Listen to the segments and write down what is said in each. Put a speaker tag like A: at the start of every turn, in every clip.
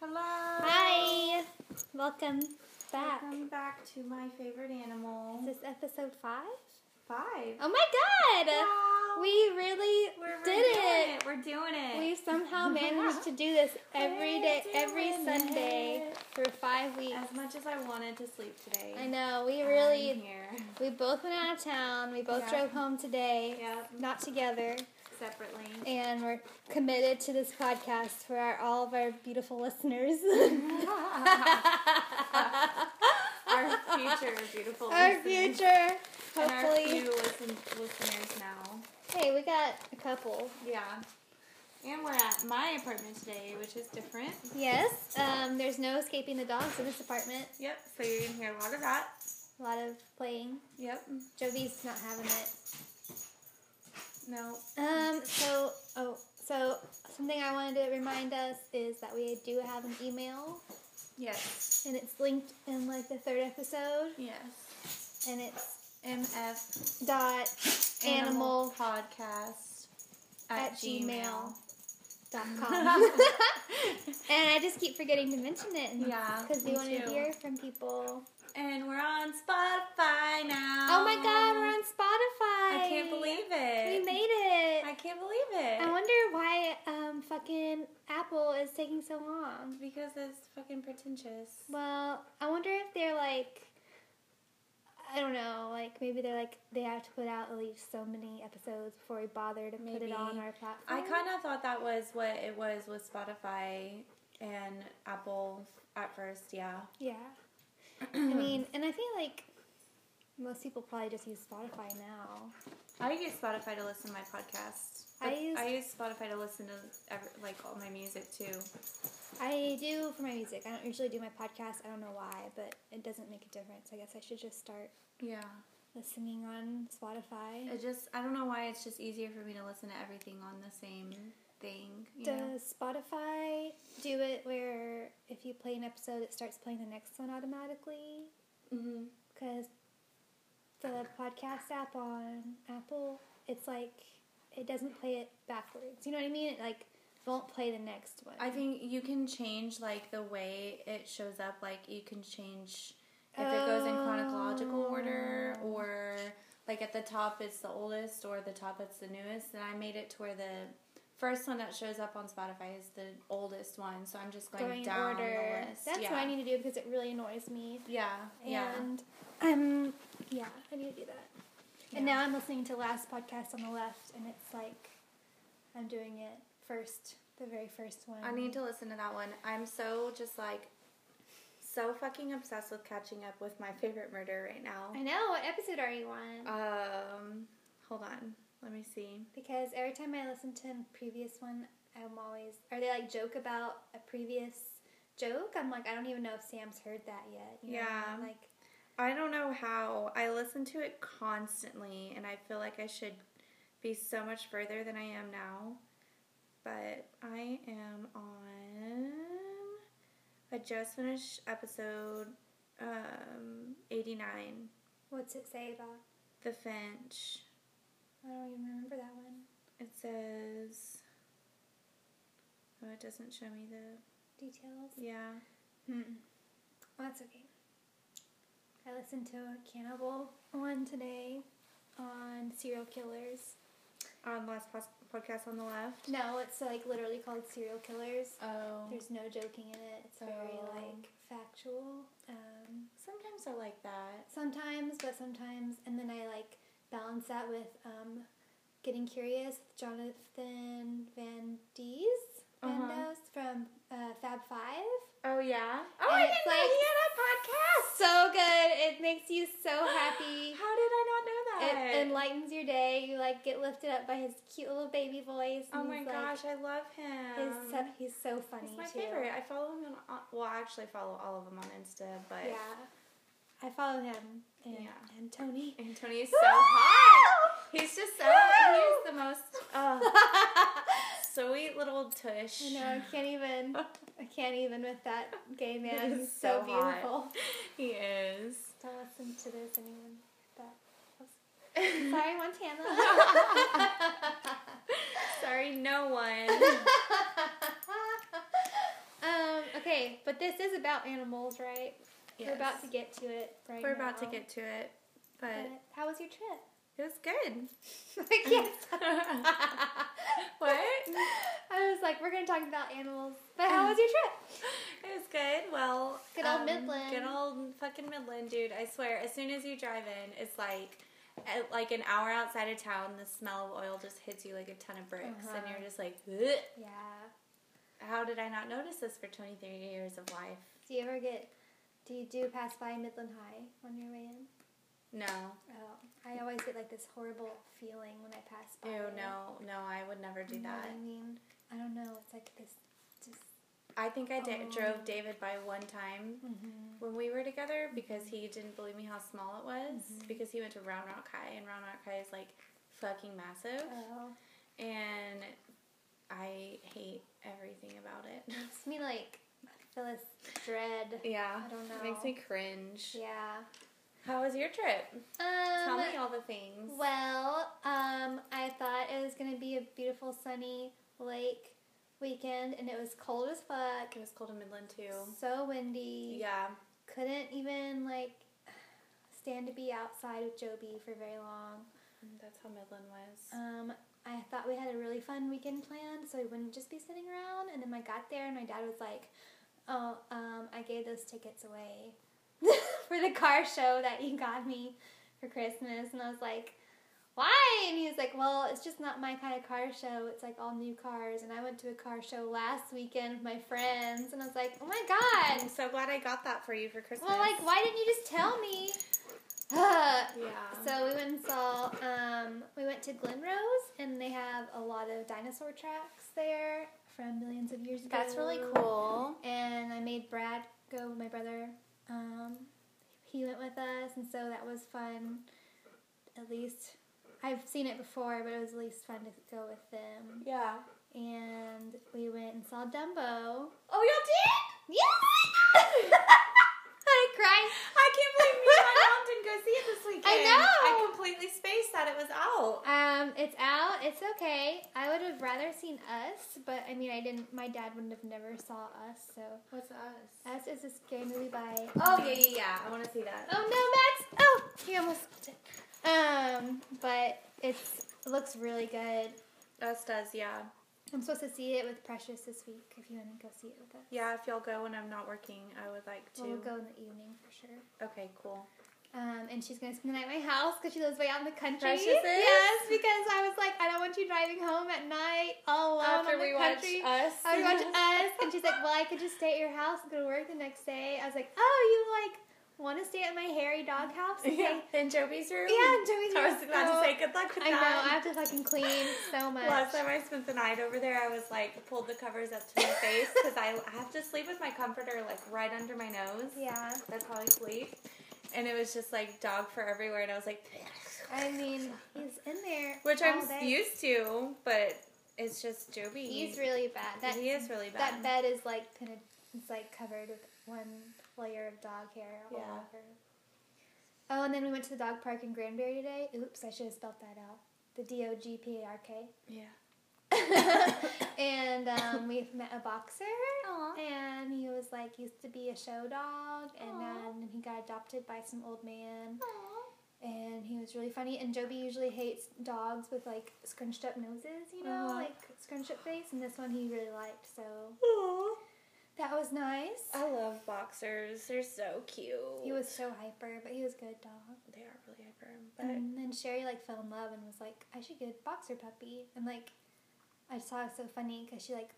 A: Hello.
B: Hi. Welcome back.
A: Welcome back to my favorite animal.
B: Is this episode five?
A: Five.
B: Oh my god!
A: Wow.
B: We really
A: We're- we're
B: did
A: doing
B: it.
A: We're doing it.
B: We somehow managed to do this every
A: We're
B: day, every
A: doing
B: Sunday
A: it.
B: for five weeks.
A: As much as I wanted to sleep today.
B: I know. We
A: I'm
B: really,
A: here.
B: we both went out of town. We both
A: Yeah.
B: drove home today.
A: Yeah.
B: Not together,
A: Separately.
B: and we're committed to this podcast for our, all of our beautiful listeners.
A: Our future beautiful.
B: our
A: listeners.
B: future,
A: And our few
B: hopefully.
A: listen- listeners now.
B: Hey, we got a couple.
A: Yeah. And we're at my apartment today, which is different.
B: Yes, um, there's no escaping the dogs in this apartment.
A: Yep. So you're gonna hear a lot of that.
B: A lot of playing.
A: Yep.
B: Jovi's not having it.
A: No.
B: Um, so, oh, so something I wanted to remind us is that we do have an email,
A: Yes.
B: and it's linked in like the third episode,
A: Yes.
B: and it's
A: MF
B: dot animal
A: podcast
B: at gmail dot com.
A: gmail.
B: and I just keep forgetting to mention it. and-
A: Yeah,
B: Because we
A: me
B: want to
A: too.
B: hear from people.
A: and we're on Spotify now.
B: Oh my god, we're on Spotify!
A: I can't believe it.
B: We made it!
A: I can't believe it.
B: I wonder why um fucking Apple is taking so long.
A: because it's fucking pretentious.
B: Well, I wonder if they're like I don't know, like maybe they're like they have to put out at least so many episodes before we bother to put
A: Maybe.
B: it on our platform.
A: I kind of thought that was what it was with Spotify and Apple at first. Yeah.
B: yeah. I mean, and I feel like most people probably just use Spotify now.
A: I use Spotify to listen to my podcast.
B: I
A: But
B: use-
A: I use Spotify to listen to every, like all my music too.
B: I do for my music. I don't usually do my podcast. I don't know why, but it doesn't make a difference. I guess I should just start
A: Yeah.
B: listening on Spotify.
A: It just I don't know why it's just easier for me to listen to everything on the same thing. You know?
B: Does Spotify do it where if you play an episode, it starts playing the next one automatically?
A: Mm-hmm.
B: Because the podcast app on Apple, it's like it doesn't play it backwards. You know what I mean? It like won't play the next one.
A: I think you can change like the way it shows up. Like you can change if it goes in chronological order
B: Oh.
A: or like at the top it's the oldest or the top it's the newest. And I made it to where the first one that shows up on Spotify is the oldest one. So I'm just going,
B: going in
A: down
B: order.
A: the list.
B: That's
A: yeah.
B: what I need to do because it really annoys me.
A: Yeah, yeah.
B: And um, yeah, I need to do that. And
A: Yeah.
B: now I'm listening to last podcast on the left, and it's like I'm doing it first, the very first one.
A: I need to listen to that one. I'm so just like so fucking obsessed with catching up with my favorite murder right now.
B: I know what episode are you on?
A: Um, hold on, let me see.
B: because every time I listen to a previous one, I'm always or they like joke about a previous joke. I'm like, I don't even know if Sam's heard that yet. you know?
A: Yeah.
B: Like
A: I don't know how I listen to it constantly, and I feel like I should be so much further than I am now. But I am on. I just finished episode um, 89,
B: what's it say about?
A: The Finch.
B: I don't even remember that one.
A: It says. Oh, it doesn't show me the.
B: Details.
A: Yeah.
B: Hmm. Well, that's okay. I listened to a cannibal one today on serial killers.
A: On last pos- podcast on the left.
B: No, it's like literally called serial killers.
A: Oh.
B: There's no joking in it. It's very
A: Oh.
B: like factual. Um,
A: Sometimes I like that.
B: sometimes, but sometimes, and then I like balance that with um, getting curious with Jonathan Van Dees
A: Uh-huh.
B: Vandos from uh, Fab Five.
A: Oh, yeah? Oh,
B: And
A: I
B: it's
A: didn't know he
B: like-
A: had a podcast!
B: So good! It makes you so happy.
A: How did I not know that?
B: It enlightens your day. You like get lifted up by his cute little baby voice.
A: oh
B: and
A: my
B: he's, like,
A: gosh, I love him.
B: his sub, he's so funny
A: He's my
B: too.
A: favorite. I follow him on. Well, I actually follow all of them on Insta, but.
B: Yeah, I follow him and,
A: Yeah.
B: and Tony.
A: And Tony is so hot! He's just so. He's the most. Oh, sweet little tush.
B: I know I can't even. I can't even with that gay man.
A: He's
B: He's so,
A: so hot.
B: beautiful.
A: He is.
B: Don't listen to this, anyone. But sorry, Montana.
A: Sorry, no one.
B: um. Okay. Okay, but this is about animals, right? We're about to
A: Yes.
B: get to it right
A: We're about to
B: now.
A: get to it, but
B: But how was your trip?
A: it was good.
B: like, yes.
A: What?
B: I was like, we're going to talk about animals. But
A: Mm.
B: how was your trip?
A: It was good. Well, um,
B: Good old Midland.
A: Good old fucking Midland, dude. I swear, as soon as you drive in, it's like at, like an hour outside of town, the smell of oil just hits you like a ton of bricks, and
B: Uh-huh.
A: you're just like, "Ugh,
B: Yeah.
A: how did I not notice this for 23 years of life?
B: Do you ever get, do you do pass by Midland High on your way in?
A: No,
B: Oh, I always get like this horrible feeling when I pass by.
A: ew,
B: it.
A: no, no, I would never do
B: You know what
A: that.
B: I mean, I don't know. It's like this, just.
A: I think I da-
B: Oh.
A: drove David by one time when we were together because he didn't believe me how small it was because he went to Round Rock High and Round Rock High is like fucking massive
B: Oh,
A: and I hate everything about it.
B: makes me like I feel this dread.
A: Yeah,
B: I don't
A: It makes
B: know.
A: me cringe.
B: Yeah.
A: How was your trip? Tell
B: Um,
A: me all the things.
B: Well, um, I thought it was gonna be a beautiful sunny lake weekend, and it was cold as fuck.
A: It was cold in Midland too.
B: So windy.
A: Yeah,
B: Couldn't even like stand to be outside with Joby for very long.
A: that's how Midland was.
B: Um, I thought we had a really fun weekend planned, so we wouldn't just be sitting around. And then I got there, and my dad was like, "Oh, um, I gave those tickets away for the car show that you got me for Christmas." And I was like, "Why?" And he was like, "Well, it's just not my kind of car show. It's like all new cars." And I went to a car show last weekend with my friends, and I was like, "Oh my god!"
A: I'm so glad I got that for you for Christmas.
B: Well, like, why didn't you just tell me? Ugh.
A: Yeah.
B: So we went and saw. Um, we went to Glenrose, and they have a lot of dinosaur tracks there from millions of years ago.
A: that's really cool.
B: And I made Brad go with my brother. Um, he went with us, and so that was fun. At least I've seen it before, but it was at least fun to go with them.
A: Yeah.
B: And we went and saw Dumbo.
A: Oh, y'all did?
B: Yes! I cried.
A: I can't believe me and my mom didn't go see it this weekend.
B: I know.
A: I completely spaced that it was out.
B: Um, it's out. It's okay. I would have rather seen us, but I mean, I didn't. My dad wouldn't have never saw us. So
A: What's us?
B: us is a scary movie by.
A: Oh yeah, yeah, yeah. I want to see that.
B: Oh no, Max! Oh, he almost. Um, but it's it looks really good.
A: Us does, yeah,
B: I'm supposed to see it with Precious this week. If you want to go see it with us,
A: yeah. If y'all go when I'm not working, I would like to.
B: we'll go in the evening for sure.
A: Okay, cool.
B: Um, and she's gonna spend the night at my house because she lives way out in the country.
A: Precious is?
B: Yes, because I was like, I don't want you driving home at night all alone
A: After
B: in the
A: we watch
B: country.
A: us,
B: I would watch us, and she's like, "Well, I could just stay at your house and go to work the next day." I was like, "Oh, you like want to stay at my hairy dog house?" Okay.
A: yeah. in Joby's room.
B: Yeah, Joey's
A: I was
B: room.
A: about
B: So-
A: to say good luck with
B: I know. I
A: that.
B: have to fucking clean so much.
A: Last time I spent the night over there, I was like pulled the covers up to my face because I have to sleep with my comforter like right under my nose.
B: yeah,
A: That's how I sleep. And it was just like dog fur everywhere, and I was like,
B: I mean, he's in there,
A: which
B: all
A: I'm
B: day.
A: used to, but it's just Joby.
B: He's really bad. That
A: he is really bad.
B: that bed is like pinned. It's like covered with one layer of dog hair all
A: Yeah.
B: over. Oh, and then we went to the dog park in Granbury today. Oops, I should have spelled that out. The D O G P A R K.
A: yeah.
B: and um, we've met a boxer,
A: Aw.
B: and he was like used to be a show dog, and
A: Aw.
B: then he got adopted by some old man, and he was really funny. And Joby usually hates dogs with like scrunched up noses, you know,
A: Uh-huh.
B: like scrunched up face, and this one he really liked, so that was nice.
A: I love boxers. They're so cute.
B: He was so hyper, but he was a good dog.
A: They are really hyper, but
B: And then Sherry like fell in love and was like, I should get a boxer puppy. And like, I just thought it was so funny because she like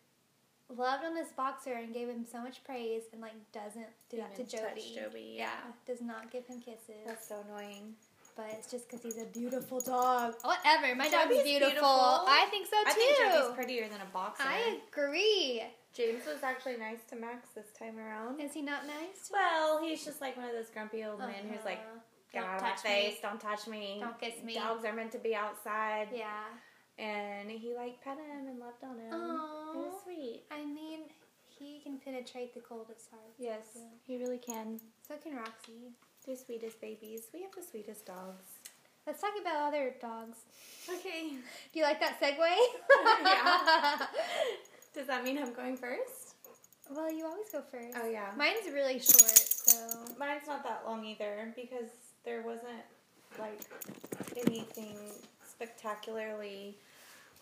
B: loved on this boxer and gave him so much praise and like doesn't do that to
A: Didn't touch
B: Joby.
A: Joby, yeah.
B: does not give him kisses.
A: that's so annoying.
B: but it's just because he's a beautiful dog. Whatever, my dog's
A: Joby's
B: beautiful.
A: beautiful.
B: I think so too.
A: I think Joby's prettier than a boxer.
B: I agree.
A: James was actually nice to Max this time around.
B: Is he not nice?
A: Well, he's just like one of those grumpy old men who's like,
B: Uh-huh.
A: "Get
B: Don't
A: out of my
B: touch
A: face!
B: me.
A: Don't touch me!
B: Don't kiss me."
A: Dogs are meant to be outside."
B: Yeah.
A: And he like pet him and loved on him. It
B: Aww.
A: was sweet.
B: I mean, he can penetrate the coldest heart.
A: Yes, he really can.
B: So can Roxy.
A: The sweetest babies. We have the sweetest dogs.
B: Let's talk about other dogs.
A: Okay.
B: Do you like that segue?
A: Does that mean I'm going first?
B: Well, you always go first.
A: Oh, yeah.
B: Mine's really short, so
A: Mine's not that long either because there wasn't like anything spectacularly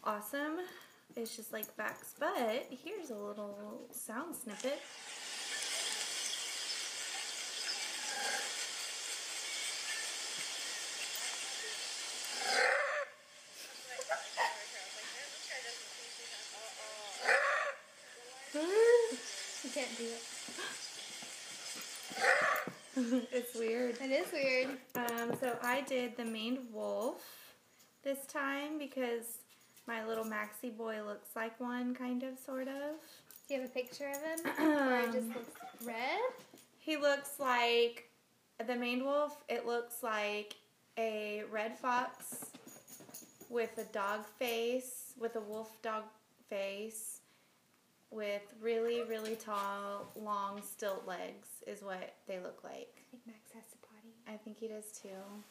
A: awesome. It's just like facts. But here's a little sound snippet.
B: you can't do it.
A: it's weird.
B: It is weird.
A: Um, so I did the maned wolf this time because my little Maxi boy looks like one, kind of, sort of.
B: Do you have a picture of him? or it just looks red?
A: He looks like the maned wolf. It looks like a red fox with a dog face, with a wolf dog face, with really, really tall, long stilt legs, is what they look like.
B: I think Max has to potty.
A: I think he does too.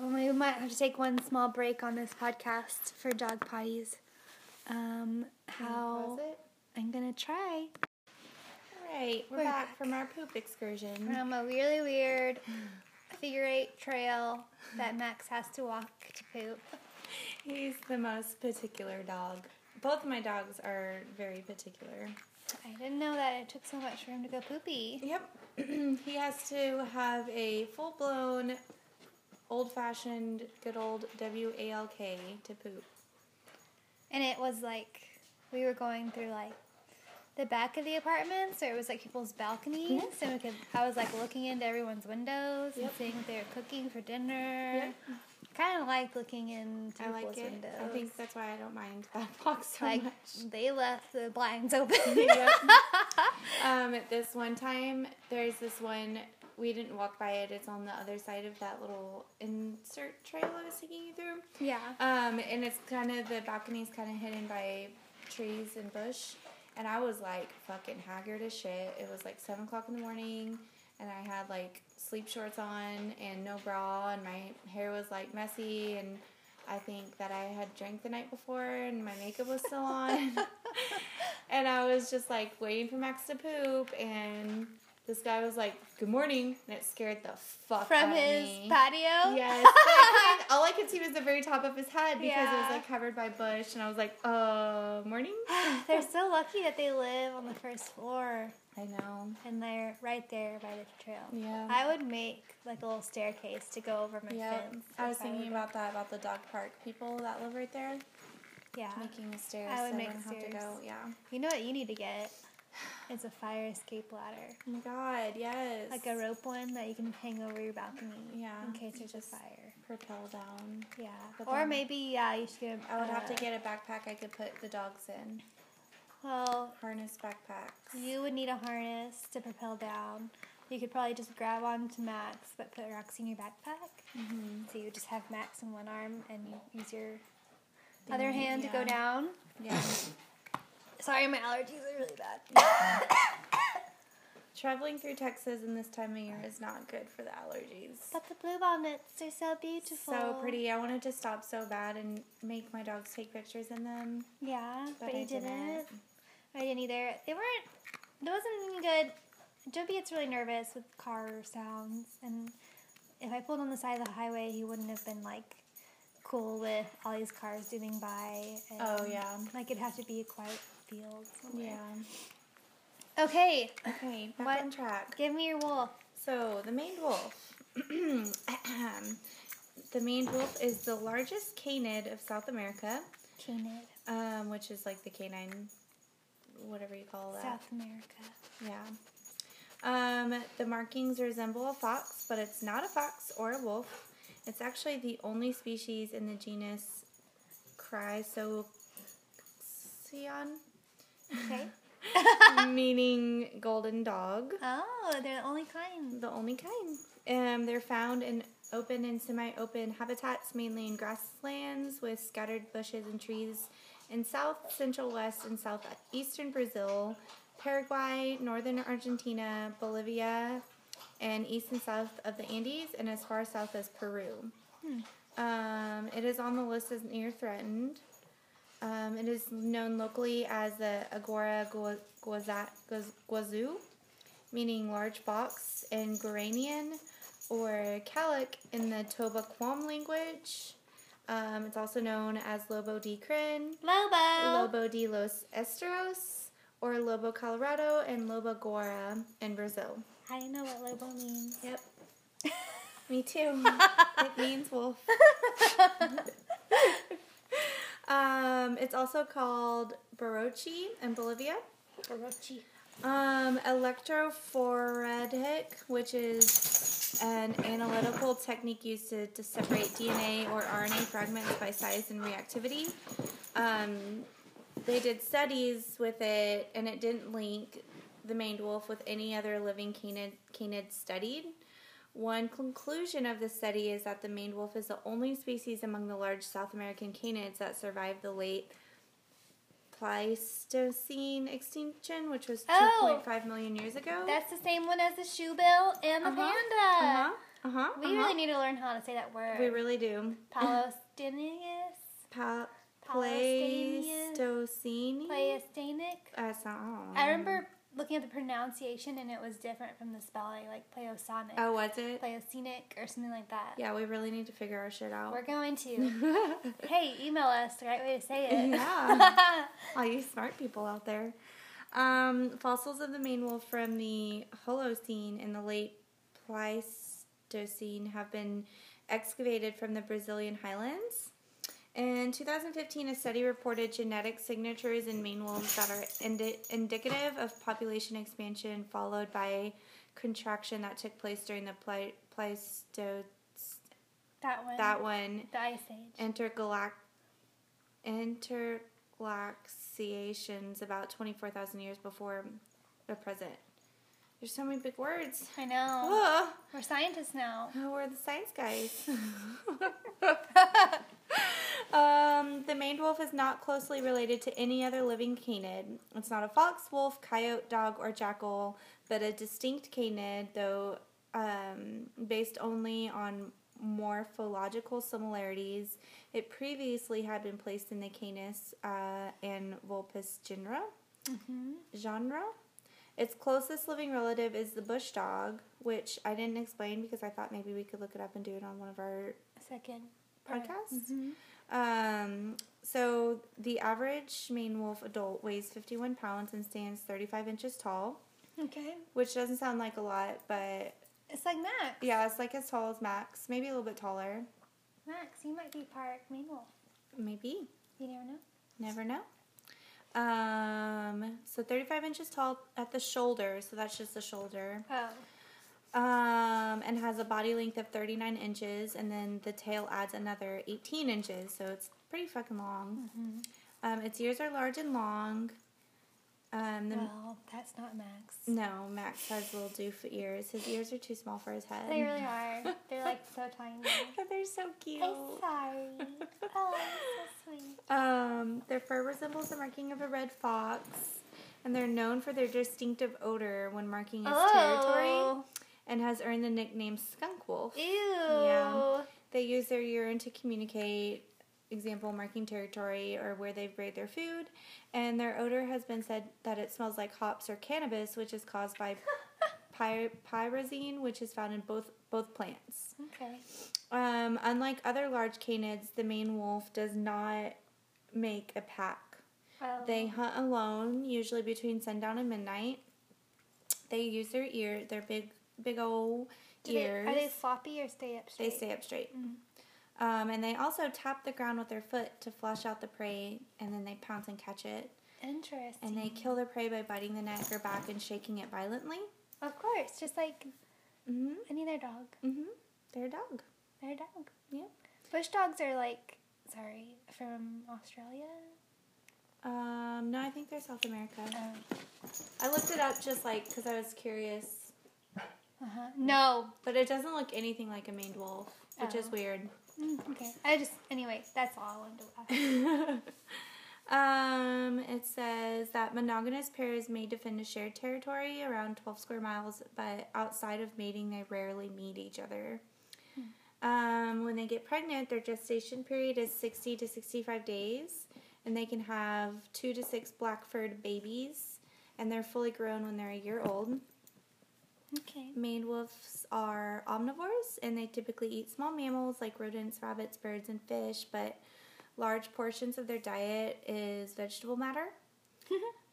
B: Oh, we might have to take one small break on this podcast for dog potties. Um, how?
A: Was it?
B: I'm gonna try.
A: All right, we're,
B: We're
A: back,
B: back.
A: from our poop excursion.
B: From a really weird figure eight trail that Max has to walk to poop.
A: He's the most particular dog. Both of my dogs are very particular.
B: I didn't know that it took so much for him to go poopy.
A: Yep. he has to have a full blown, old fashioned, good old W A L K to poop.
B: And it was like we were going through like the back of the apartment, so it was like people's balconies, and we could. I was like looking into everyone's windows and
A: Yep.
B: seeing what they were cooking for dinner.
A: Yep.
B: Kind of like looking into
A: I like
B: people's
A: it.
B: windows.
A: I think that's why I don't mind that box so
B: like
A: much.
B: they left the blinds open.
A: Yep. um, this one time, there's this one. We didn't walk by it. It's on the other side of that little insert trail I was taking you through.
B: yeah.
A: Um, and it's kind of the balcony's kind of hidden by trees and bush. And I was like fucking haggard as shit. It was like seven o'clock in the morning, and I had like sleep shorts on and no bra, and my hair was like messy, and I think that I had drank the night before, and my makeup was still on. and I was just like waiting for Max to poop, and this guy was like, "Good morning," and it scared the fuck
B: From
A: out of
B: his
A: me.
B: patio.
A: Yes. I couldn't- all I could see was the very top of his head because it
B: Yeah.
A: was like covered by bush, and I was like, "Uh, morning."
B: They're so lucky that they live on the first floor
A: I know.
B: and they're right there by the trail.
A: Yeah.
B: I would make like a little staircase to go over my
A: yeah.
B: fence.
A: I
B: if
A: was thinking
B: were-
A: about that about the dog park people that live right there,
B: Yeah.
A: making the stairs.
B: I would
A: so
B: make
A: everyone have to
B: stairs.
A: go. Yeah.
B: You know what you need to get? It's a fire escape ladder.
A: Oh my God. Yes.
B: Like a rope one that you can hang over your balcony.
A: Yeah,
B: In case
A: you
B: there's a
A: just-
B: fire.
A: propel down.
B: Yeah.
A: But
B: Or
A: then-
B: maybe yeah, you should get a,
A: I would have to
B: uh,
A: get a backpack I could put the dogs in.
B: well
A: Harness backpacks.
B: You would need a harness to propel down. You could probably just grab onto Max, but put Roxy in your backpack.
A: Mm-hmm.
B: So you just have Max in one arm and you use your
A: Thing,
B: other hand to
A: yeah.
B: go down.
A: Yeah.
B: Sorry, my allergies are really bad.
A: Traveling through Texas in this time of year is not good for the allergies.
B: But the bluebonnets are so beautiful.
A: so pretty. I wanted to stop so bad and make my dogs take pictures in them.
B: Yeah, but,
A: But
B: you
A: I
B: didn't.
A: didn't.
B: I didn't either. They weren't. There wasn't any good. Joby gets really nervous with car sounds, and if I pulled on the side of the highway, he wouldn't have been like cool with all these cars zooming by. And,
A: Oh, yeah.
B: like it'd have to be a quiet field. Somewhere.
A: Yeah.
B: Yeah. Okay,
A: Okay, back
B: What-
A: on track.
B: give me your wolf.
A: So, the maned wolf. the maned wolf is the largest canid of South America,
B: Canid,
A: um, which is like the canine, whatever you call that.
B: South America.
A: Yeah. Um, the markings resemble a fox, but it's not a fox or a wolf. It's actually the only species in the genus Chrysoxion,
B: Okay.
A: meaning golden dog.
B: oh, they're the only kind.
A: The only kind. Um, they're found in open and semi-open habitats, mainly in grasslands with scattered bushes and trees in south, central, west, and southeastern Brazil, Paraguay, northern Argentina, Bolivia, and east and south of the Andes, and as far south as Peru. Um, it is on the list as near threatened. Um, it is known locally as the Agora Guaz- Guaza- Guaz- Guazu, meaning large box in Guaranian or Kaluk in the Toba Quam language. Um, it's also known as Lobo de Crin,
B: Lobo.
A: Lobo de Los Esteros, or Lobo Colorado, and Lobo Gora in Brazil.
B: I know what Lobo means.
A: Yep. Me too. it means wolf. um, it's also called Barochi in Bolivia.
B: Orochi.
A: Um, electrophoretic, which is an analytical technique used to, to separate DNA or RNA fragments by size and reactivity. Um, they did studies with it, and it didn't link the maned wolf with any other living canid, canid studied. One conclusion of the study is that the maned wolf is the only species among the large South American canids that survived the late Pleistocene extinction, which was
B: Oh.
A: 2.5 million years ago.
B: That's the same one as the shoe bill and the
A: Uh-huh.
B: panda.
A: uh huh.
B: We really need to learn how to say that word.
A: we really do.
B: Palestinius.
A: Pa-
B: Palestinian.
A: Pleistocene.
B: Pleistanic.
A: Uh, so- oh.
B: I remember looking at the pronunciation and it was different from the spelling, like Pleosonic,
A: Oh, was it?
B: Pleocenic, or something like that.
A: Yeah, we really need to figure our shit out.
B: We're going to. hey, email us the right way to say it.
A: Yeah. All you smart people out there. Um, fossils of the maned wolf from the Holocene and the late Pleistocene have been excavated from the Brazilian highlands. In 2015, a study reported genetic signatures in maned wolves that are indi- indicative of population expansion followed by contraction that took place during the Ple- Pleistocene.
B: that one.
A: That one
B: The Ice Age.
A: intergalact interglaciations about 24,000 years before the present. There's so many big words.
B: I know.
A: Ugh.
B: We're scientists now.
A: Oh, we're the science guys. um, the maned wolf is not closely related to any other living canid. It's not a fox, wolf, coyote, dog, or jackal, but a distinct canid, though um, based only on morphological similarities. It previously had been placed in the Canis uh, and Vulpes genera. Genre. Its closest living relative is the bush dog, which I didn't explain because I thought maybe we could look it up and do it on one of our
B: Second.
A: podcasts. Um, so the average Maine wolf adult weighs 51 pounds and stands 35 inches tall,
B: Okay.
A: which doesn't sound like a lot, but
B: It's like Max.
A: yeah, it's like as tall as Max, maybe a little bit taller.
B: Max, you might be part main wolf.
A: Maybe.
B: You never know.
A: Never know. Um, so 35 inches tall at the shoulder, so that's just the shoulder.
B: Oh.
A: Um, and has a body length of 39 inches, and then the tail adds another 18 inches, so it's pretty fucking long.
B: Mm-hmm.
A: Um, its ears are large and long. Um, the,
B: Well, that's not Max.
A: No, Max has little doof ears. His ears are too small for his head.
B: They really are. They're like so tiny.
A: They're so cute.
B: I'm sorry. Oh, so sweet.
A: Um, their fur resembles the marking of a red fox, and they're known for their distinctive odor when marking its territory,
B: Oh.
A: and has earned the nickname skunk wolf.
B: Ew.
A: Yeah. They use their urine to communicate, example, marking territory or where they've buried their food, and their odor has been said that it smells like hops or cannabis, which is caused by py- pyrazine, which is found in both both plants.
B: Okay.
A: Um, unlike other large canids, the Maine wolf does not make a pack.
B: Oh.
A: They hunt alone, usually between sundown and midnight. They use their ear, their big, big old
B: Do they-
A: ears.
B: are they floppy or stay up
A: They
B: straight?
A: stay up straight.
B: Mm-hmm.
A: Um, and they also tap the ground with their foot to flush out the prey, and then they pounce and catch it.
B: Interesting.
A: And they kill their prey by biting the neck or back and shaking it violently.
B: Of course, just like
A: Mm-hmm.
B: any other dog.
A: Mm-hmm. They're a dog.
B: They're a dog.
A: Yep.
B: Bush dogs are like, sorry, from Australia.
A: Um, no, I think they're South America.
B: Oh.
A: I looked it up just like because I was curious,
B: Uh-huh. No.
A: but it doesn't look anything like a maned wolf, which is
B: Oh.
A: weird.
B: Mm, okay. I just, anyway, that's all I wanted to ask.
A: um, it says that monogamous pairs may defend a shared territory around 12 square miles, but outside of mating, they rarely meet each other. Um, when they get pregnant, their gestation period is 60 to 65 days, and they can have two to six blackford babies, and they're fully grown when they're a year old.
B: Okay.
A: Maine wolves are omnivores, and they typically eat small mammals like rodents, rabbits, birds, and fish, but large portions of their diet is vegetable matter.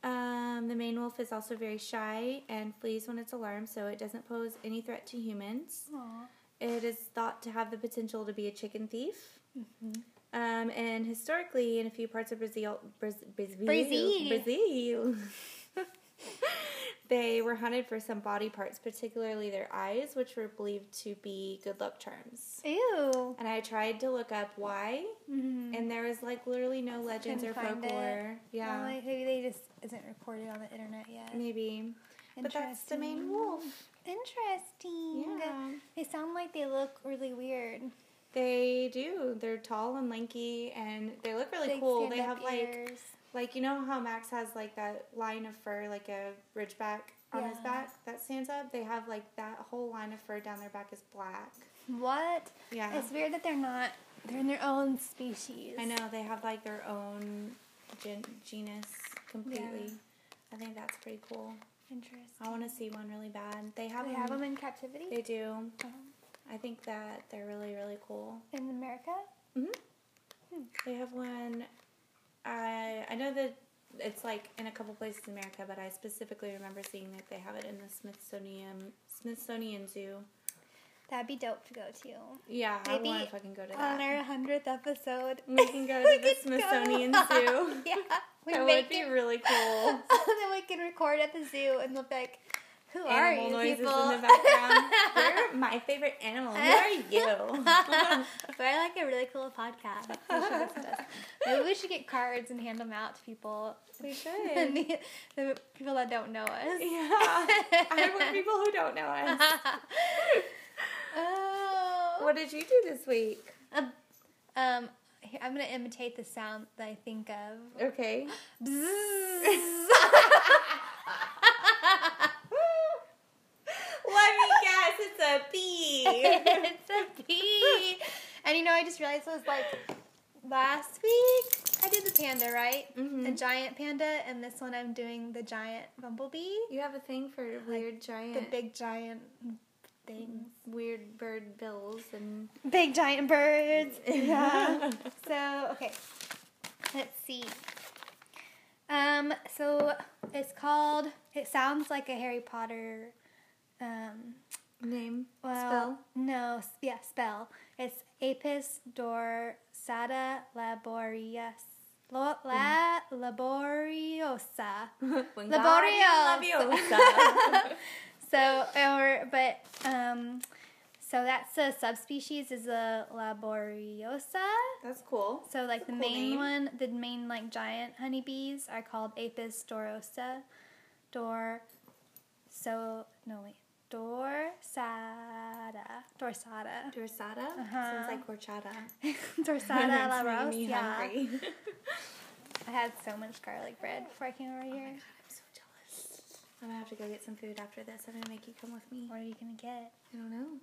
A: Um, the Maine wolf is also very shy and flees when it's alarmed, so it doesn't pose any threat to humans.
B: Aw.
A: It is thought to have the potential to be a chicken thief.
B: Mhm.
A: Um, and historically, in a few parts of Brazil, Braz, Brazil,
B: Brazil.
A: Brazil, they were hunted for some body parts, particularly their eyes, which were believed to be good luck charms.
B: Ew.
A: And I tried to look up why,
B: Mm-hmm.
A: and there was like literally no legends or
B: Couldn't find it.
A: folklore. Yeah,
B: Well, like, maybe they just isn't recorded on the internet yet.
A: maybe. But that's the Maine
B: Interesting.
A: wolf.
B: Interesting.
A: Yeah.
B: They sound like they look really weird.
A: They do. They're tall and lanky, and they look really cool. They have like, like you know how Max has like that line of fur, like a ridgeback on his
B: Yeah.
A: back that stands up. They have like that whole line of fur down their back is black.
B: like what?
A: Yeah,
B: It's weird that they're not. They're in their own species.
A: I know they have like their own gen- genus completely. I think that's pretty cool.
B: Interesting.
A: I want to see one really bad. They have
B: We
A: them.
B: have them in captivity
A: They do.
B: Um,
A: I think that they're really really cool.
B: in America.
A: They have one. I I know that it's like in a couple places in America, but I specifically remember seeing that they have it in the Smithsonian Smithsonian Zoo.
B: That'd be dope to go to.
A: Yeah,
B: Maybe
A: I want to fucking go to
B: On
A: that.
B: our hundredth episode,
A: We can go to the
B: could go.
A: Smithsonian Zoo.
B: yeah, we
A: That
B: make
A: would be
B: it
A: really cool.
B: then we can record at the zoo and look like, who are
A: Animal
B: you
A: noises
B: people?
A: in the background. You're my favorite animal. Who are you?
B: We're like a really cool podcast. You should listen to us. Maybe we should get cards and hand them out to people.
A: we
B: And
A: should.
B: the, the people that don't know us.
A: Yeah. I want people who don't know us.
B: oh.
A: What did you do this week?
B: Um, um, here, I'm gonna imitate the sound that I think of.
A: Okay. Let me guess, it's a bee.
B: it's a bee. And you know, I just realized it was like last week. I did the panda, right?
A: Mhm.
B: The giant panda, and this one I'm doing the giant bumblebee.
A: You have a thing for weird giant,
B: The big giant things.
A: weird bird bills and
B: Big giant birds. Yeah. so okay, let's see. Um, so it's called. It sounds like a Harry Potter. Um,
A: name
B: well,
A: spell.
B: no, s- yeah, spell. It's Apis dorsata laborious. La, la, laboriosa.
A: Wingardium
B: Laborious.
A: Leviosa.
B: So, or but um, so that's a subspecies is a laboriosa.
A: That's cool.
B: So like the
A: Cool
B: main
A: name.
B: one, the main like giant honeybees are called Apis dorosa, dor, so no wait, dorsata, dorsata,
A: Dorsada
B: Uh-huh.
A: sounds like horchata.
B: dorsata la
A: It's making me
B: rosa.
A: hungry.
B: I had so much garlic bread before I came over here.
A: I'm so jealous. I'm gonna have to go get some food after this. I'm gonna make you come with me.
B: What are you gonna get?
A: I don't know.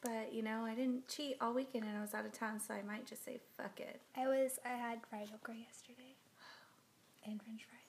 A: But you know, I didn't cheat all weekend and I was out of town, so I might just say fuck it.
B: I was I had fried okra yesterday, and French fries.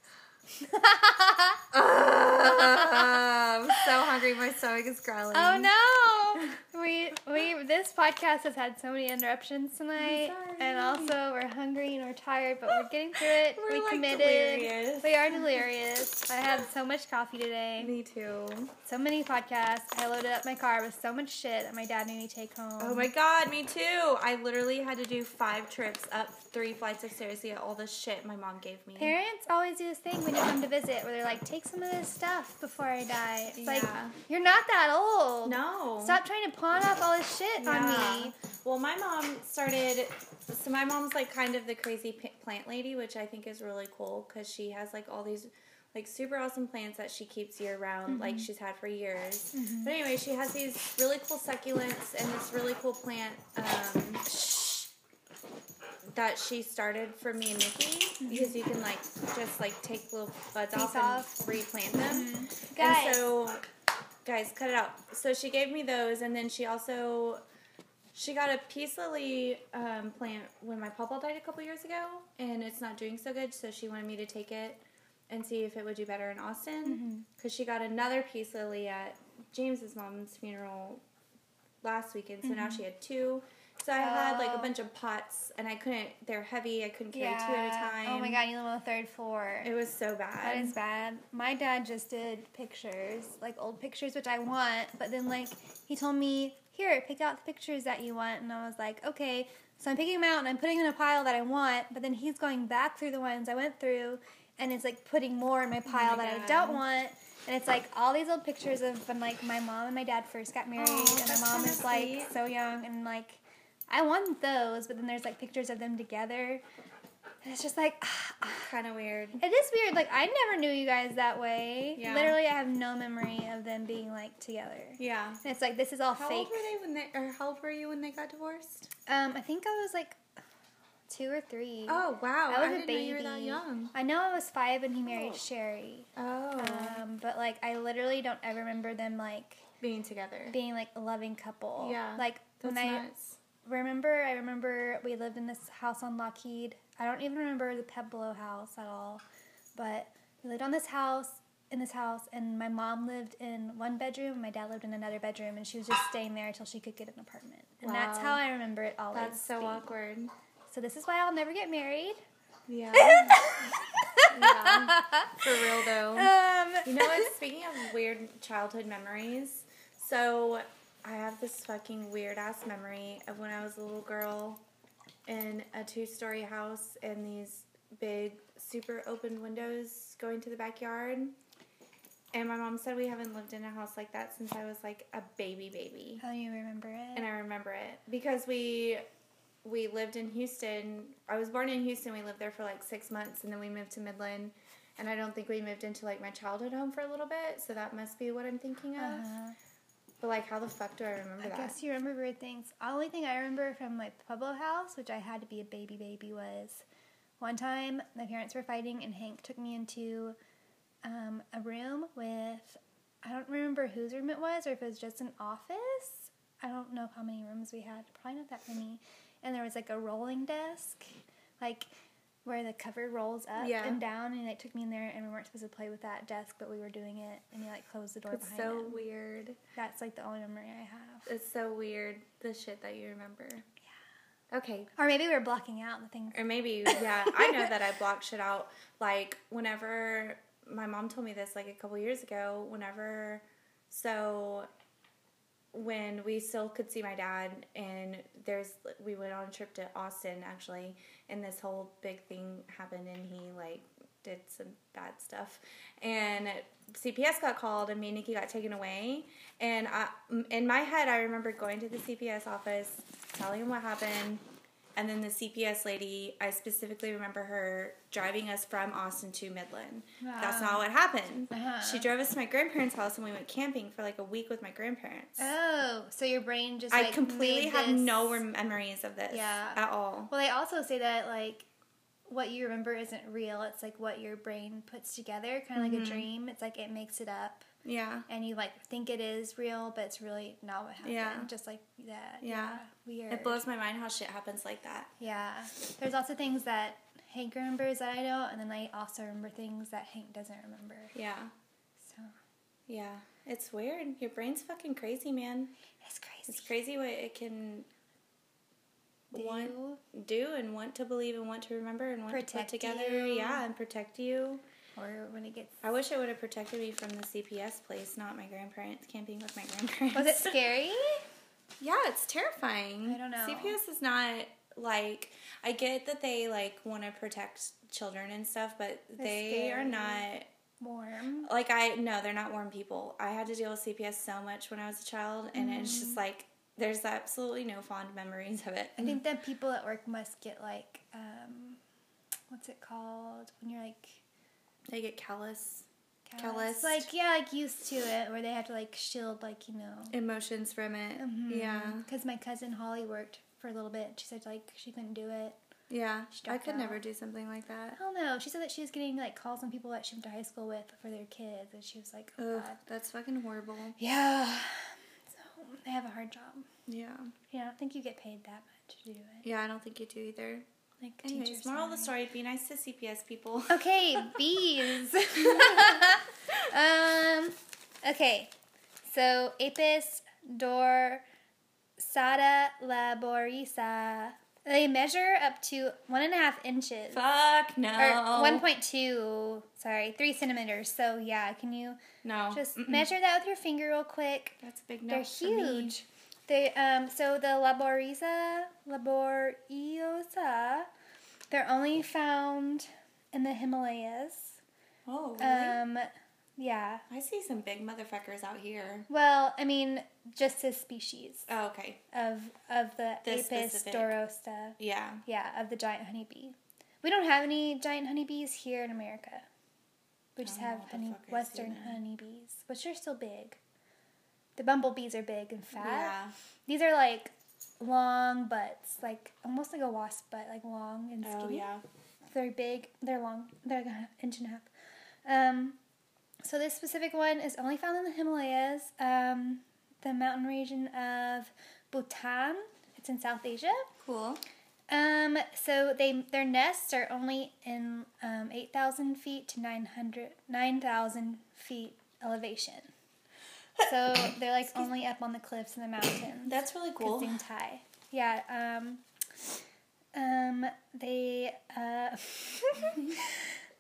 A: I'm so hungry. My stomach is growling.
B: Oh no! we we this podcast has had so many interruptions tonight,
A: I'm sorry.
B: and also we're hungry and we're tired, but we're getting through it.
A: We're,
B: we
A: like,
B: committed.
A: delirious.
B: We are delirious. I had so much coffee today,
A: Me too.
B: so many podcasts. I loaded up my car with so much shit that my dad made me take home.
A: Oh my god, me too. I literally had to do five trips up three flights of stairs to get all the shit my mom gave me.
B: Parents always do this thing when you come to visit where they're like, take some of this stuff before I die. It's like,
A: Yeah.
B: you're not that old.
A: No.
B: Stop trying to pawn off all this shit
A: Yeah.
B: on me.
A: Well, my mom started. So my mom's like kind of the crazy p- plant lady, which I think is really cool because she has like all these like super awesome plants that she keeps year round, like
B: Mm-hmm.
A: she's had for years. But anyway, she has these really cool succulents and this really cool plant um, that she started for me and Nikki
B: Mm-hmm.
A: because you can like just like take little buds
B: Piece
A: off,
B: off. Mm-hmm.
A: and replant them.
B: Guys.
A: And so, guys, cut it out. So she gave me those, and then she also She got a peace lily um, plant when my pawpaw died a couple years ago, and it's not doing so good. So she wanted me to take it and see if it would do better in
B: Mm-hmm.
A: Austin because she got another peace lily at James's mom's funeral last weekend. So now she had two. So I had like a
B: Mm-hmm. Oh.
A: bunch of pots, and I couldn't. They're heavy. I couldn't carry two at a time.
B: Oh my god, you live on the third floor.
A: It was so bad.
B: That is bad. My dad just did pictures, like old pictures, which I want, but then like he told me, here, pick out the pictures that you want, and I was like, okay. So I'm picking them out and I'm putting in a pile that I want, but then he's going back through the ones I went through, and it's like putting more in my pile
A: Oh my
B: that I
A: God.
B: don't want. And it's like all these old pictures of when like my mom and my dad first got married,
A: Aw,
B: and my
A: that's
B: mom
A: kinda
B: is like
A: sweet.
B: so young, and like I want those, but then there's like pictures of them together, and it's just like
A: kind of weird.
B: it is weird. Like I never knew you guys that way.
A: Yeah.
B: Literally, I have no memory of them being like together.
A: Yeah.
B: And it's like this is all
A: How old
B: fake.
A: were they when they, or how old were you when they got divorced?
B: Um, I think I was like two or three.
A: Oh wow,
B: I was a
A: didn't know you were that
B: baby.
A: young.
B: I know I was five and he married
A: Oh.
B: Sherry.
A: Oh,
B: Um, but like I literally don't ever remember them like
A: being together.
B: being like a loving couple.
A: Yeah.
B: Like
A: That's
B: when I
A: nuts.
B: remember, I remember we lived in this house on Lockheed. I don't even remember the Pueblo house at all, but we lived on this house in this house, and my mom lived in one bedroom, and my dad lived in another bedroom, and she was just staying there until she could get an apartment. And that's
A: Wow.
B: how I remember it always.
A: That's so
B: being.
A: awkward.
B: So this is why I'll never get married.
A: Yeah.
B: um,
A: yeah. For real though. You know what? Speaking of weird childhood memories, so I have this fucking weird ass memory of when I was a little girl in a two story house and these big, super open windows going to the backyard. And my mom said we haven't lived in a house like that since I was like a baby baby.
B: How you remember it?
A: And I remember it because we we lived in Houston. I was born in Houston. We lived there for like six months, and then we moved to Midland. And I don't think we moved into like my childhood home for a little bit, so that must be what I'm thinking of.
B: Uh-huh.
A: But like, how the fuck do I remember
B: I
A: that?
B: guess you remember weird things. The only thing I remember from my Pueblo house, which I had to be a baby baby, was one time my parents were fighting and Hank took me into um, a room with, I don't remember whose room it was or if it was just an office. I don't know how many rooms we had, probably not that many. And there was like a rolling desk, like where the cover rolls up
A: Yeah.
B: and down, and they took me in there, and we weren't supposed to play with that desk, but we were doing it, and he like closed the door
A: It's
B: behind
A: so
B: him.
A: weird.
B: That's like the only memory I have.
A: It's so weird the shit that you remember. Yeah. Okay.
B: Or maybe we were blocking out the things.
A: Or maybe yeah, I know that I block shit out. Like whenever my mom told me this like a couple years ago, whenever so when we still could see my dad and there's we went on a trip to Austin actually and this whole big thing happened and he like did some bad stuff and CPS got called and me and Nikki got taken away and I, in my head I remember going to the CPS office telling him what happened and then the CPS lady I specifically remember her driving us from Austin to Midland that's not what happened
B: Uh-huh.
A: she drove us to my grandparents hoents and we went camping for like a week with my grandparents
B: Oh, so your brain just
A: I
B: like,
A: completely
B: made
A: have
B: this-
A: no rem- memories of this
B: Yeah.
A: at all.
B: Well, they also say that like what you remember isn't real. It's like what your brain puts together, kind of
A: Mm-hmm.
B: like a dream. It's like it makes it up,
A: Yeah.
B: and you like think it is real, but it's really not what happened.
A: Yeah.
B: Just like that.
A: Yeah.
B: Weird.
A: It blows my mind how shit happens like that.
B: Yeah. There's lots of things that Hank remembers that I don't, and then I also remember things that Hank doesn't remember.
A: Yeah.
B: So
A: Yeah. It's weird. Your brain's fucking crazy, man.
B: it's crazy.
A: It's crazy what it can
B: Do
A: want
B: you-
A: do and want to believe and want to remember and want to put
B: Protect
A: together.
B: you.
A: Yeah, and protect you.
B: Or when it gets.
A: I wish it would have protected me from the CPS place, not my grandparents camping with my grandparents.
B: Was it scary?
A: Yeah, it's terrifying.
B: I don't know.
A: CPS is not like I get that they like want to protect children and stuff, but they are
B: scary.
A: not
B: Warm.
A: like I no, they're not warm people. I had to deal with CPS so much when I was a child, and it's just like there's absolutely no fond memories of it.
B: I think that people at work must get like, um, what's it called when you're like
A: They get callous Calloused.
B: callous? Like yeah, like used to it, where they have to like shield, like you know. Mm-hmm.
A: emotions from it. Yeah,
B: Because my cousin Holly worked for a little bit. She said like she couldn't do it.
A: yeah.
B: Stuck
A: I could
B: out.
A: never do something like that.
B: I don't know. She said that she was getting like calls from people that she went to high school with for their kids, and she was like, oh
A: Ugh,
B: god.
A: that's fucking horrible.
B: Yeah. So I have a hard job.
A: Yeah.
B: Yeah, I don't think you get paid that much to do it.
A: Yeah, I don't think you do either.
B: Like
A: Anyways,
B: teacher
A: moral of the
B: salary.
A: story, be nice to CPS people.
B: Okay, bees. um, okay, so Apis dorsata laboriosa. They measure up to one and a half inches.
A: Fuck
B: Or
A: no.
B: 1.2, sorry, 3 centimeters. So, yeah, can you
A: No.
B: just
A: Mm-mm.
B: measure that with your finger real quick?
A: That's a big no.
B: They're
A: for me.
B: huge. They um so the laboriza laboriosa, they're only found in the Himalayas.
A: Oh, really?
B: Um, yeah.
A: I see some big motherfuckers out here.
B: Well, I mean, just this species
A: Oh, okay.
B: of of the
A: This
B: Apis
A: specific.
B: dorosa.
A: Yeah.
B: Yeah, of the giant honeybee. We don't have any giant honeybees here in America. We just
A: I don't
B: have
A: know Oh, what the
B: honey
A: fuck I see
B: western
A: then.
B: honeybees, which are still big. The bumblebees are big and fat.
A: Yeah.
B: These are like long butts, like almost like a wasp butt, like long and skinny.
A: Oh, yeah.
B: They're big. They're long. They're like an inch and a half. Um, so this specific one is only found in the Himalayas, um, the mountain region of Bhutan. It's in South Asia.
A: Cool.
B: Um, so they their nests are only in um, eight thousand feet to 900, 9,000 feet elevation. So they're like only up on the cliffs and the mountains.
A: That's really cool.
B: Kissing tie. Yeah. Um, um, they uh,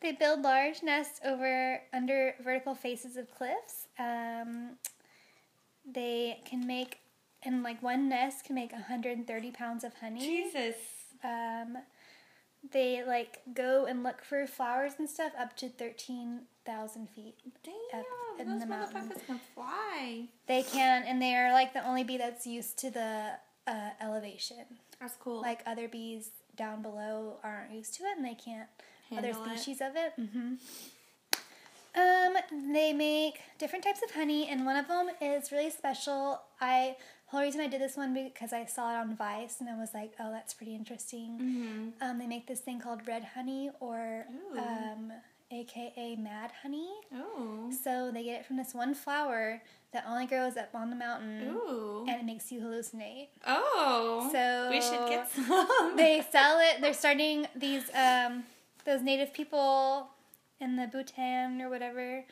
B: they build large nests over under vertical faces of cliffs. Um, they can make and like one nest can make 130 pounds of honey.
A: Jesus.
B: Um, they like go and look for flowers and stuff up to 13,000 feet.
A: Damn.
B: in
A: those
B: the
A: motherfuckers
B: mountain.
A: can fly.
B: They can, and they are like the only bee that's used to the uh, elevation.
A: That's cool.
B: like other bees down below aren't used to it and they can't
A: Handle
B: other
A: it.
B: species of it hmm um they make different types of honey and one of them is really special i the whole reason i did this one because i saw it on vice and i was like oh that's pretty interesting
A: Mm-hmm.
B: um, they make this thing called red honey or
A: Ooh.
B: um, aka mad honey
A: Oh.
B: so they get it from this one flower that only grows up on the mountain
A: Ooh.
B: and it makes you hallucinate
A: Oh.
B: So-
A: we should get some.
B: they sell it. They're starting these um, those native people in the Bhutan or whatever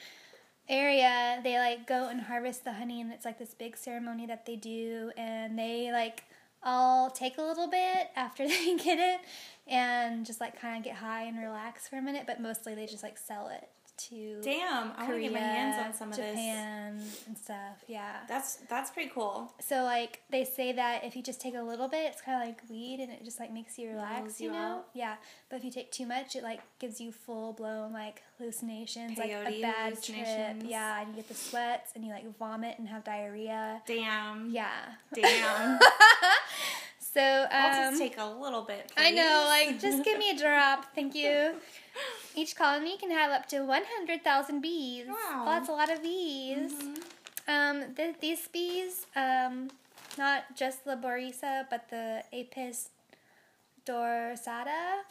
B: area. They like go and harvest the honey, and it's like this big ceremony that they do, and they like all take a little bit after they get it, and just like kind of get high and relax for a minute. But mostly they just like sell it to
A: Damn, I want to
B: Korea,
A: get my hands on some of this.
B: Japan, and stuff. Yeah.
A: That's that's pretty cool.
B: So like they say that if you just take a little bit, it's kind of like weed, and it just like makes you relax,
A: Mellows
B: you,
A: you
B: know?
A: out.
B: Yeah, but if you take too much, it like gives you full blown like hallucinations, like a
A: Peyote
B: bad trip.
A: hallucinations.
B: Yeah, and you get the sweats, and you like vomit and have diarrhea.
A: Damn.
B: Yeah.
A: Damn.
B: So um,
A: I'll just take a little bit.
B: I know,
A: please.
B: like just give me a drop, thank you. Each colony can have up to one hundred thousand bees.
A: Wow.
B: Well, that's a lot of bees.
A: Mhm.
B: Um, th- these bees, um, not just Laborisa, but the Apis dorsata,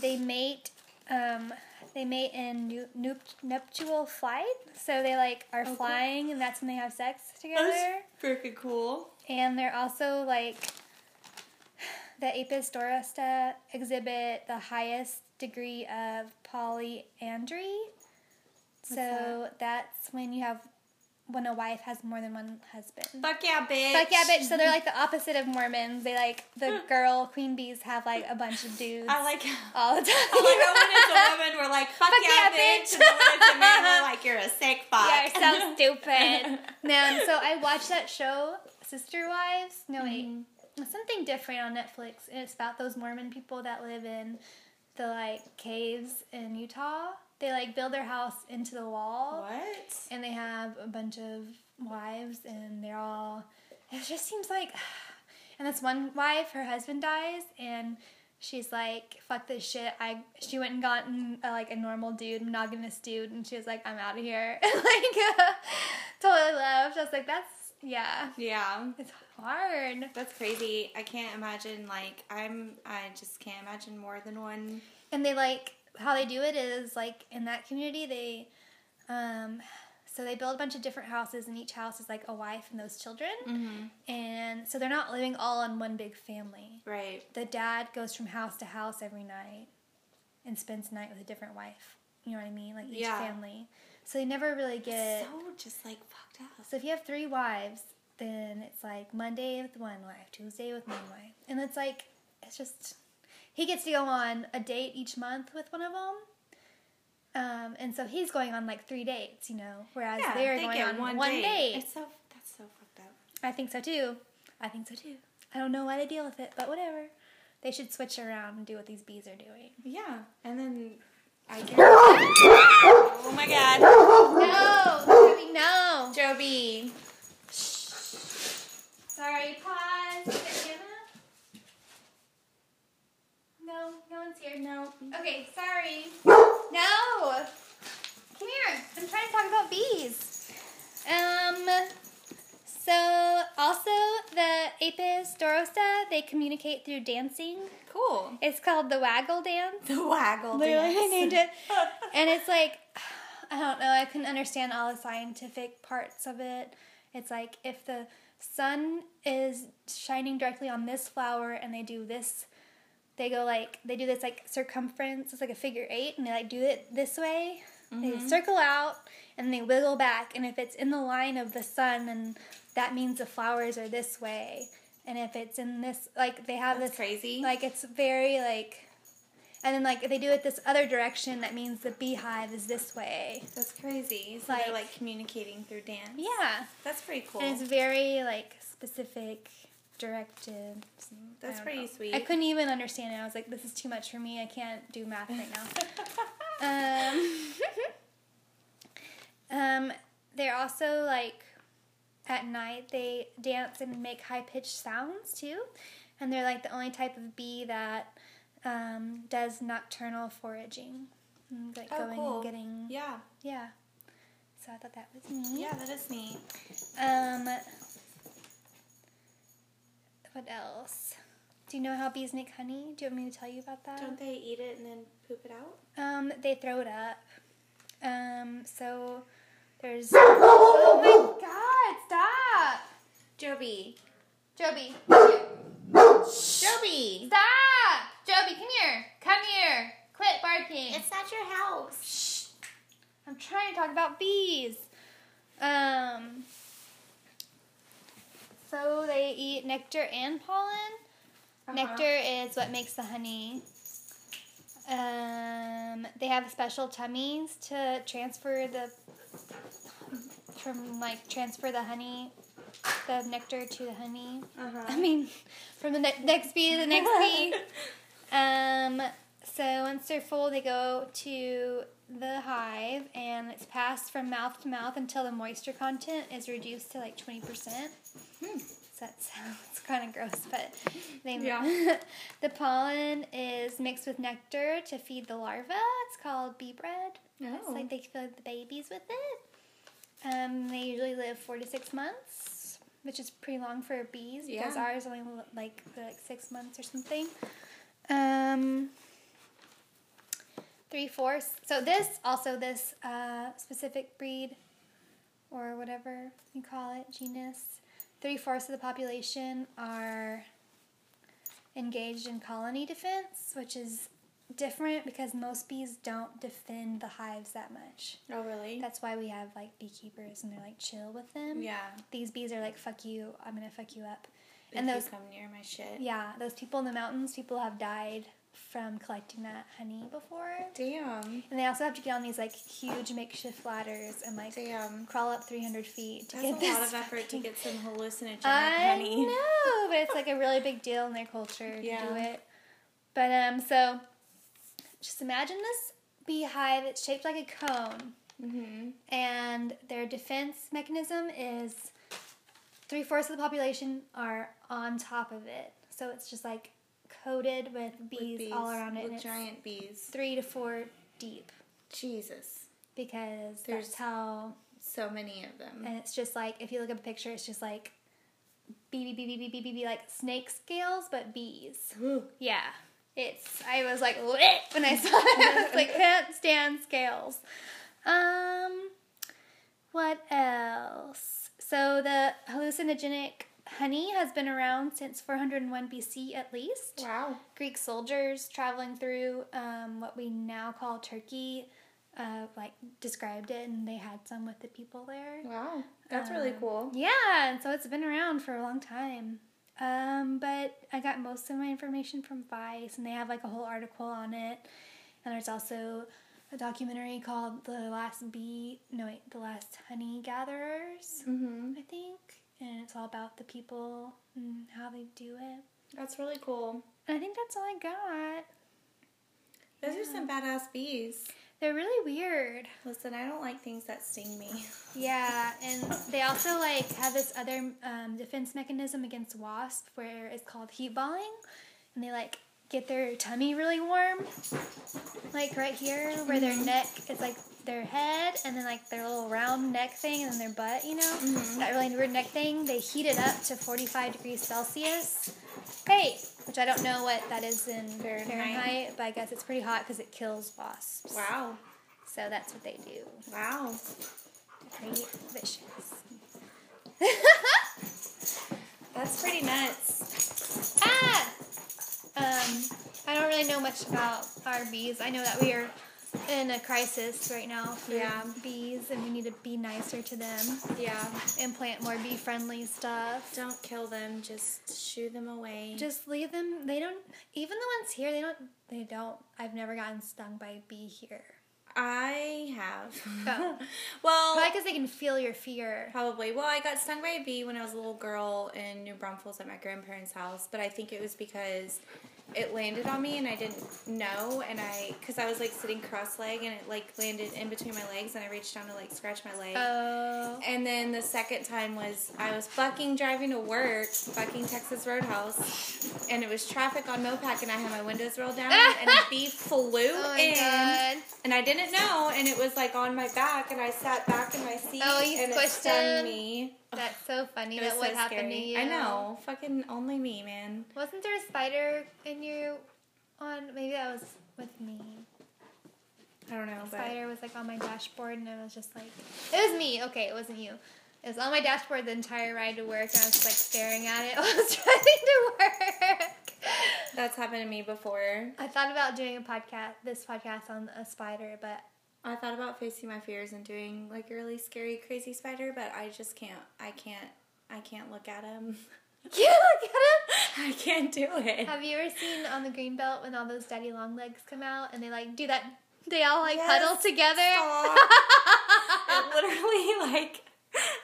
B: they mate. Um, they mate in nu- nup- nuptial flight, so they like are
A: cool.
B: flying, and that's when they have sex together.
A: That's freaking cool.
B: And they're also like the Apis dorasta exhibit the highest degree of polyandry. So that's when you have when a wife has more than one husband.
A: Fuck yeah, bitch. Mm-hmm. Mm.
B: Fuck yeah, bitch. So they're like the opposite of Mormons. They like the girl queen bees have like a bunch of dudes
A: I like. I
B: all the time.
A: like how when it's a woman, we're like, fuck, yeah,
B: yeah,
A: bitch.
B: bitch.
A: And then when it's a man, we're like, you're a sick fuck.
B: Yeah, it sounds stupid. Man, so I watched that show, Sister Wives. No, wait. Something different on Netflix. And it's about those Mormon people that live in the, like, caves in Utah. They, like, build their house into the wall.
A: What?
B: And they have a bunch of wives, and they're all. It just seems like. And this one wife, her husband dies, and she's like, "Fuck this shit." I she went and gotten uh, like a normal dude, monogamous dude, and she was like, "I'm out of here." like, uh, totally left. I was like, "That's yeah,
A: Yeah.
B: it's hard."
A: That's crazy. I can't imagine. Like, I'm. I just can't imagine more than one.
B: And they like how they do it is like in that community they um So they build a bunch of different houses, and each house is like a wife and those children.
A: Mm-hmm.
B: And so they're not living all on one big family.
A: Right.
B: The dad goes from house to house every night and spends the night with a different wife. You know what I mean? Like each
A: Yeah.
B: family. So they never really get.
A: So just like fucked up.
B: So if you have three wives, then it's like Monday with one wife, Tuesday with one wife. And it's like, it's just, he gets to go on a date each month with one of them. Um, and so he's going on like three dates, you know, whereas they're going on one, date.
A: It's so that's so fucked up.
B: I think so too. I think so too. I don't know why they deal with it, but whatever. They should switch around and do what these bees are doing.
A: Yeah, and then I guess. oh my god,
B: No, Joby, no.
A: Joby.
B: Sorry, pause. Is it Hannah? No, no one's here. No. Okay, sorry. no! Come here. I'm trying to talk about bees. Um, so also the apis dorosa, they communicate through dancing.
A: Cool.
B: It's called the waggle dance.
A: The waggle.
B: Literally, I
A: dance.
B: named it. And it's like, I don't know, I couldn't understand all the scientific parts of it. It's like if the sun is shining directly on this flower and they do this, they go like, they do this like circumference, it's like a figure eight, and they like do it this way. They circle out and they wiggle back, and if it's in the line of the sun, then that means the flowers are this way. And if it's in this, like they have
A: That's
B: this
A: crazy.
B: like it's very like, and then like if they do it this other direction, that means the beehive is this way.
A: that's crazy. So
B: like-
A: they're like communicating through dance.
B: Yeah,
A: That's pretty cool.
B: and it's very like specific, directed. I
A: That's
B: don't
A: pretty
B: know.
A: sweet.
B: I couldn't even understand it. I was like, this is too much for me. I can't do math right now. um, um, they're also like at night they dance and make high pitched sounds too, and they're like the only type of bee that um, does nocturnal foraging, Mm, like
A: Oh,
B: going
A: cool.
B: and getting yeah.
A: yeah,
B: So I thought that was neat.
A: yeah, that is neat.
B: Um, what else? Do you know how bees make honey? Do you want me to tell you about that?
A: Don't they eat it and then poop it out?
B: Um, they throw it up. Um, so there's. oh my God! Stop,
A: Joby.
B: Joby!
A: Joby.
B: Stop, Joby! Come here! Come here! Quit barking!
A: not your house.
B: I'm trying to talk about bees. Um, so they eat nectar and pollen. Nectar is what makes the honey. Um, they have special tummies to transfer the from like transfer the honey, the nectar to the honey.
A: Uh
B: I
A: huh.
B: mean, from the ne- next bee to the next bee. Um, so once they're full, they go to the hive, and it's passed from mouth to mouth until the moisture content is reduced to like twenty percent. Hmm. So that sounds kind of gross, but they
A: Yeah.
B: the pollen is mixed with nectar to feed the larva. It's called bee bread. It's
A: Oh.
B: like they feed the babies with it. Um, they usually live four to six months, which is pretty long for bees because
A: Yeah.
B: ours only li- like for like six months or something. Um, three fourths. So this also this uh, specific breed, or whatever you call it, genus. Three fourths of the population are engaged in colony defense, which is different because most bees don't defend the hives that much.
A: Oh really?
B: That's why we have like beekeepers and they're like chill with them.
A: yeah.
B: These bees are like fuck you, I'm gonna fuck you up.
A: If
B: And
A: you
B: those
A: come near my shit.
B: yeah, those people in the mountains, people have died from collecting that honey before.
A: Damn.
B: And they also have to get on these like huge makeshift ladders and like
A: Damn.
B: crawl up 300 feet to
A: That's a
B: get this.
A: lot of effort to get some hallucinogenic
B: I
A: honey.
B: know, but it's like a really big deal in their culture to do
A: Yeah.
B: it. But um, so just imagine this beehive. It's shaped like a cone,
A: Mm-hmm.
B: and their defense mechanism is three fourths of the population are on top of it. So it's just like coated with bees, all around it. and
A: With
B: it's
A: giant bees.
B: three to four deep
A: Jesus.
B: because
A: There's- Mm-hmm.
B: that's how
A: So many of them.
B: and it's just like if you look at a picture, it's just like bee bee bee bee bee bee bee like snake scales but bees.
A: Ooh.
B: Yeah, it's I was like "Bleh," when I saw it. I was like can't stand scales. Um, What else? So the hallucinogenic honey has been around since 401 BC at least.
A: Wow.
B: Greek soldiers traveling through um, what we now call Turkey, uh, like described it, and they had some with the people there.
A: Wow. That's really
B: Um,
A: cool.
B: Yeah, and so it's been around for a long time. Um, but I got most of my information from Vice, and they have like a whole article on it. And there's also a documentary called "The Last Bee," no wait, "The Last Honey Gatherers,"
A: Mm-hmm.
B: I think, and it's all about the people and how they do it.
A: That's really cool.
B: And I think that's all I got.
A: Those are
B: Yeah.
A: some badass bees.
B: They're really weird.
A: Listen, I don't like things that sting me.
B: Yeah, and they also like have this other um, defense mechanism against wasp where it's called heat balling, and they like get their tummy really warm, like right here where their
A: Mm-hmm.
B: neck is like their head, and then like their little round neck thing, and then their butt, you know,
A: Mm-hmm.
B: that really weird neck thing. They heat it up to 45 degrees Celsius. Hey, which I don't know what that is in Fahrenheit,
A: Fahrenheit.
B: but I guess it's pretty hot because it kills wasps.
A: Wow.
B: So that's what they do
A: Wow.
B: pretty vicious.
A: That's pretty nuts.
B: ah! Um, I don't really know much about our bees. I know that we are in a crisis right now for
A: Yeah.
B: bees, and we need to be nicer to them
A: Yeah.
B: and plant more bee-friendly stuff.
A: Don't kill them, just shoo them away.
B: Just leave them. They don't. Even the ones here, they don't. They don't. I've never gotten stung by a bee here.
A: I have.
B: Oh.
A: well,
B: Probably because they can feel your fear.
A: Probably. Well, I got stung by a bee when I was a little girl in New Braunfels at my grandparents' house, but I think it was because it landed on me and I didn't know. And I, because I was like sitting cross legged and it like landed in between my legs and I reached down to like scratch my leg.
B: Oh.
A: And then the second time was I was fucking driving to work, fucking Texas Roadhouse, and it was traffic on Mopac, and I had my windows rolled down, and a bee flew
B: Oh my
A: in,
B: God.
A: and I didn't know, and it was like on my back, and I sat back in my seat,
B: Oh, you
A: and
B: squished
A: it stung
B: him.
A: me.
B: That's so funny.
A: It
B: That
A: was
B: what
A: so
B: happened to
A: scary.
B: you?
A: I know, fucking only me, man.
B: Wasn't there a spider in you on maybe that was with me.
A: I don't know,
B: The
A: but
B: spider was like on my dashboard and I was just like it was me. Okay, it wasn't you. It was on my dashboard the entire ride to work and I was just like staring at it while I was driving to work.
A: that's happened to me before.
B: I thought about doing a podcast this podcast on a spider, but
A: I thought about facing my fears and doing like a really scary, crazy spider, but I just can't. I can't. I can't look at him.
B: you look at
A: I can't do it.
B: him. Have you ever seen on the green belt when all those daddy long legs come out and they like do that they all like
A: Yes,
B: huddle together?
A: it literally like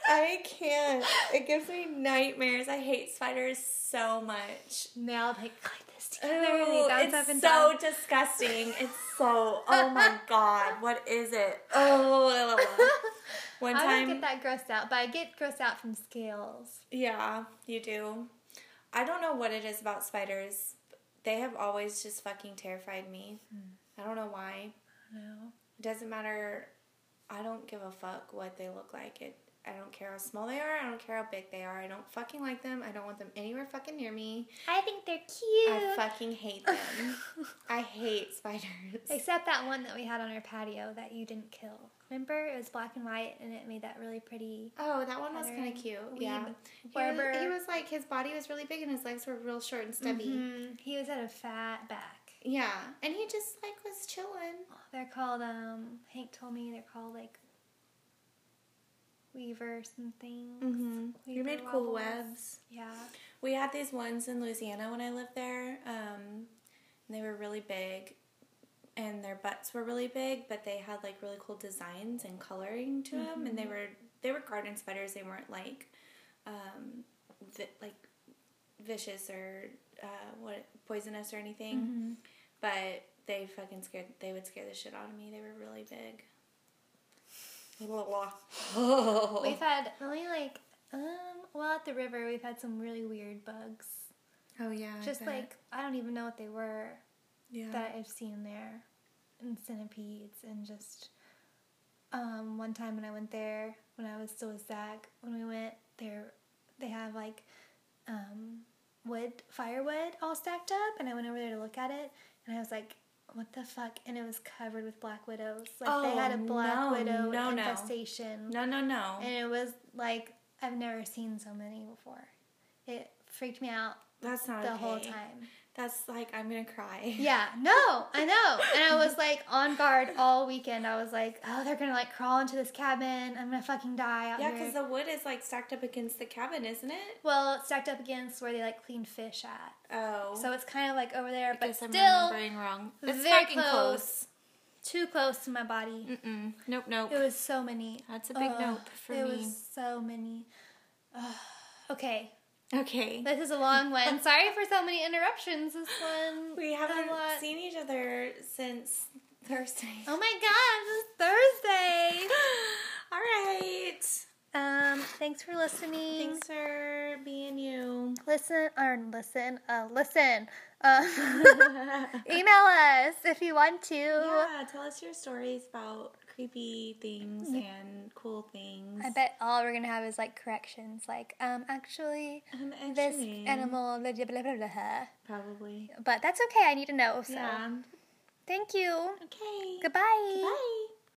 A: I can't. It gives me nightmares. I hate spiders so much.
B: And they all like like this together and they
A: Ew,
B: bounce
A: it's
B: up and
A: so
B: down.
A: disgusting. It's so oh my god, what is it? Oh, one
B: I
A: time,
B: don't get that grossed out, but I get grossed out from scales.
A: yeah, you do. I don't know what it is about spiders. They have always just fucking terrified me.
B: Hmm.
A: I don't know why.
B: No.
A: It doesn't matter. I don't give a fuck what they look like. It. I don't care how small they are. I don't care how big they are. I don't fucking like them. I don't want them anywhere fucking near me.
B: I think they're cute.
A: I fucking hate them. I hate spiders.
B: Except that one that we had on our patio that you didn't kill. Remember? It was black and white and it made that really pretty.
A: Oh, that one was
B: Spider.
A: kind of cute.
B: Weeb.
A: Yeah. He was,
B: Barber.
A: he was like his body was really big and his legs were real short and stubby.
B: Mhm. He was at a fat back.
A: Yeah, and he just like was chilling.
B: They're called, um, Hank told me they're called like weaver something.
A: Mm-hmm. You made cool webs.
B: Yeah.
A: We had these ones in Louisiana when I lived there. Um, and they were really big, and their butts were really big, but they had like really cool designs and coloring to them. And they were they were garden spiders. They weren't like, um, vi- like vicious or uh, what poisonous or anything. But they fucking scared. They would scare the shit out of me. They were really big.
B: We've had only like, um, well, at the river, we've had some really weird bugs.
A: Oh yeah, I
B: Just
A: bet.
B: like, I don't even know what they were.
A: yeah.
B: that I've seen there, and centipedes, and just um, one time when I went there, when I was still with Zach, when we went there, they have like um, wood, firewood all stacked up, and I went over there to look at it, and I was like, what the fuck? And it was covered with black widows. Like they had a
A: Oh,
B: black
A: no,
B: widow
A: no, no.
B: infestation.
A: No, no, no.
B: And it was like I've never seen so many before. It freaked me out
A: That's not
B: the
A: okay.
B: whole time.
A: That's like I'm gonna cry.
B: Yeah, no, I know. And I was like on guard all weekend. I was like, oh, they're gonna like crawl into this cabin. I'm gonna fucking die out
A: Yeah,
B: here.
A: because the wood is like stacked up against the cabin, isn't it?
B: well, it's stacked up against where they like clean fish at.
A: Oh,
B: So it's kind of like over there, but
A: guess I'm
B: still
A: remembering wrong. It's
B: very
A: fucking close.
B: too close to my body.
A: Mm-mm. Nope, nope.
B: It was so many.
A: Mm. That's a big
B: Ugh,
A: nope for
B: it
A: me.
B: was so many. Ugh. okay,
A: okay.
B: this is a long one. Sorry for so many interruptions. This one
A: We
B: had a
A: haven't
B: lot-
A: seen each other since Thursday.
B: Oh my gosh, it's Thursday.
A: All right.
B: Um, thanks for listening.
A: Thanks for being you.
B: Listen or listen, uh, listen. Uh, email us if you want to.
A: Yeah, tell us your stories about creepy things and cool things.
B: I bet all we're gonna have is like corrections, like um, actually,
A: Um,
B: this
A: actually,
B: animal, blah, blah, blah, blah, blah.
A: Probably.
B: but that's okay. I need to know. So
A: Yeah.
B: thank you.
A: Okay.
B: Goodbye.
A: Bye.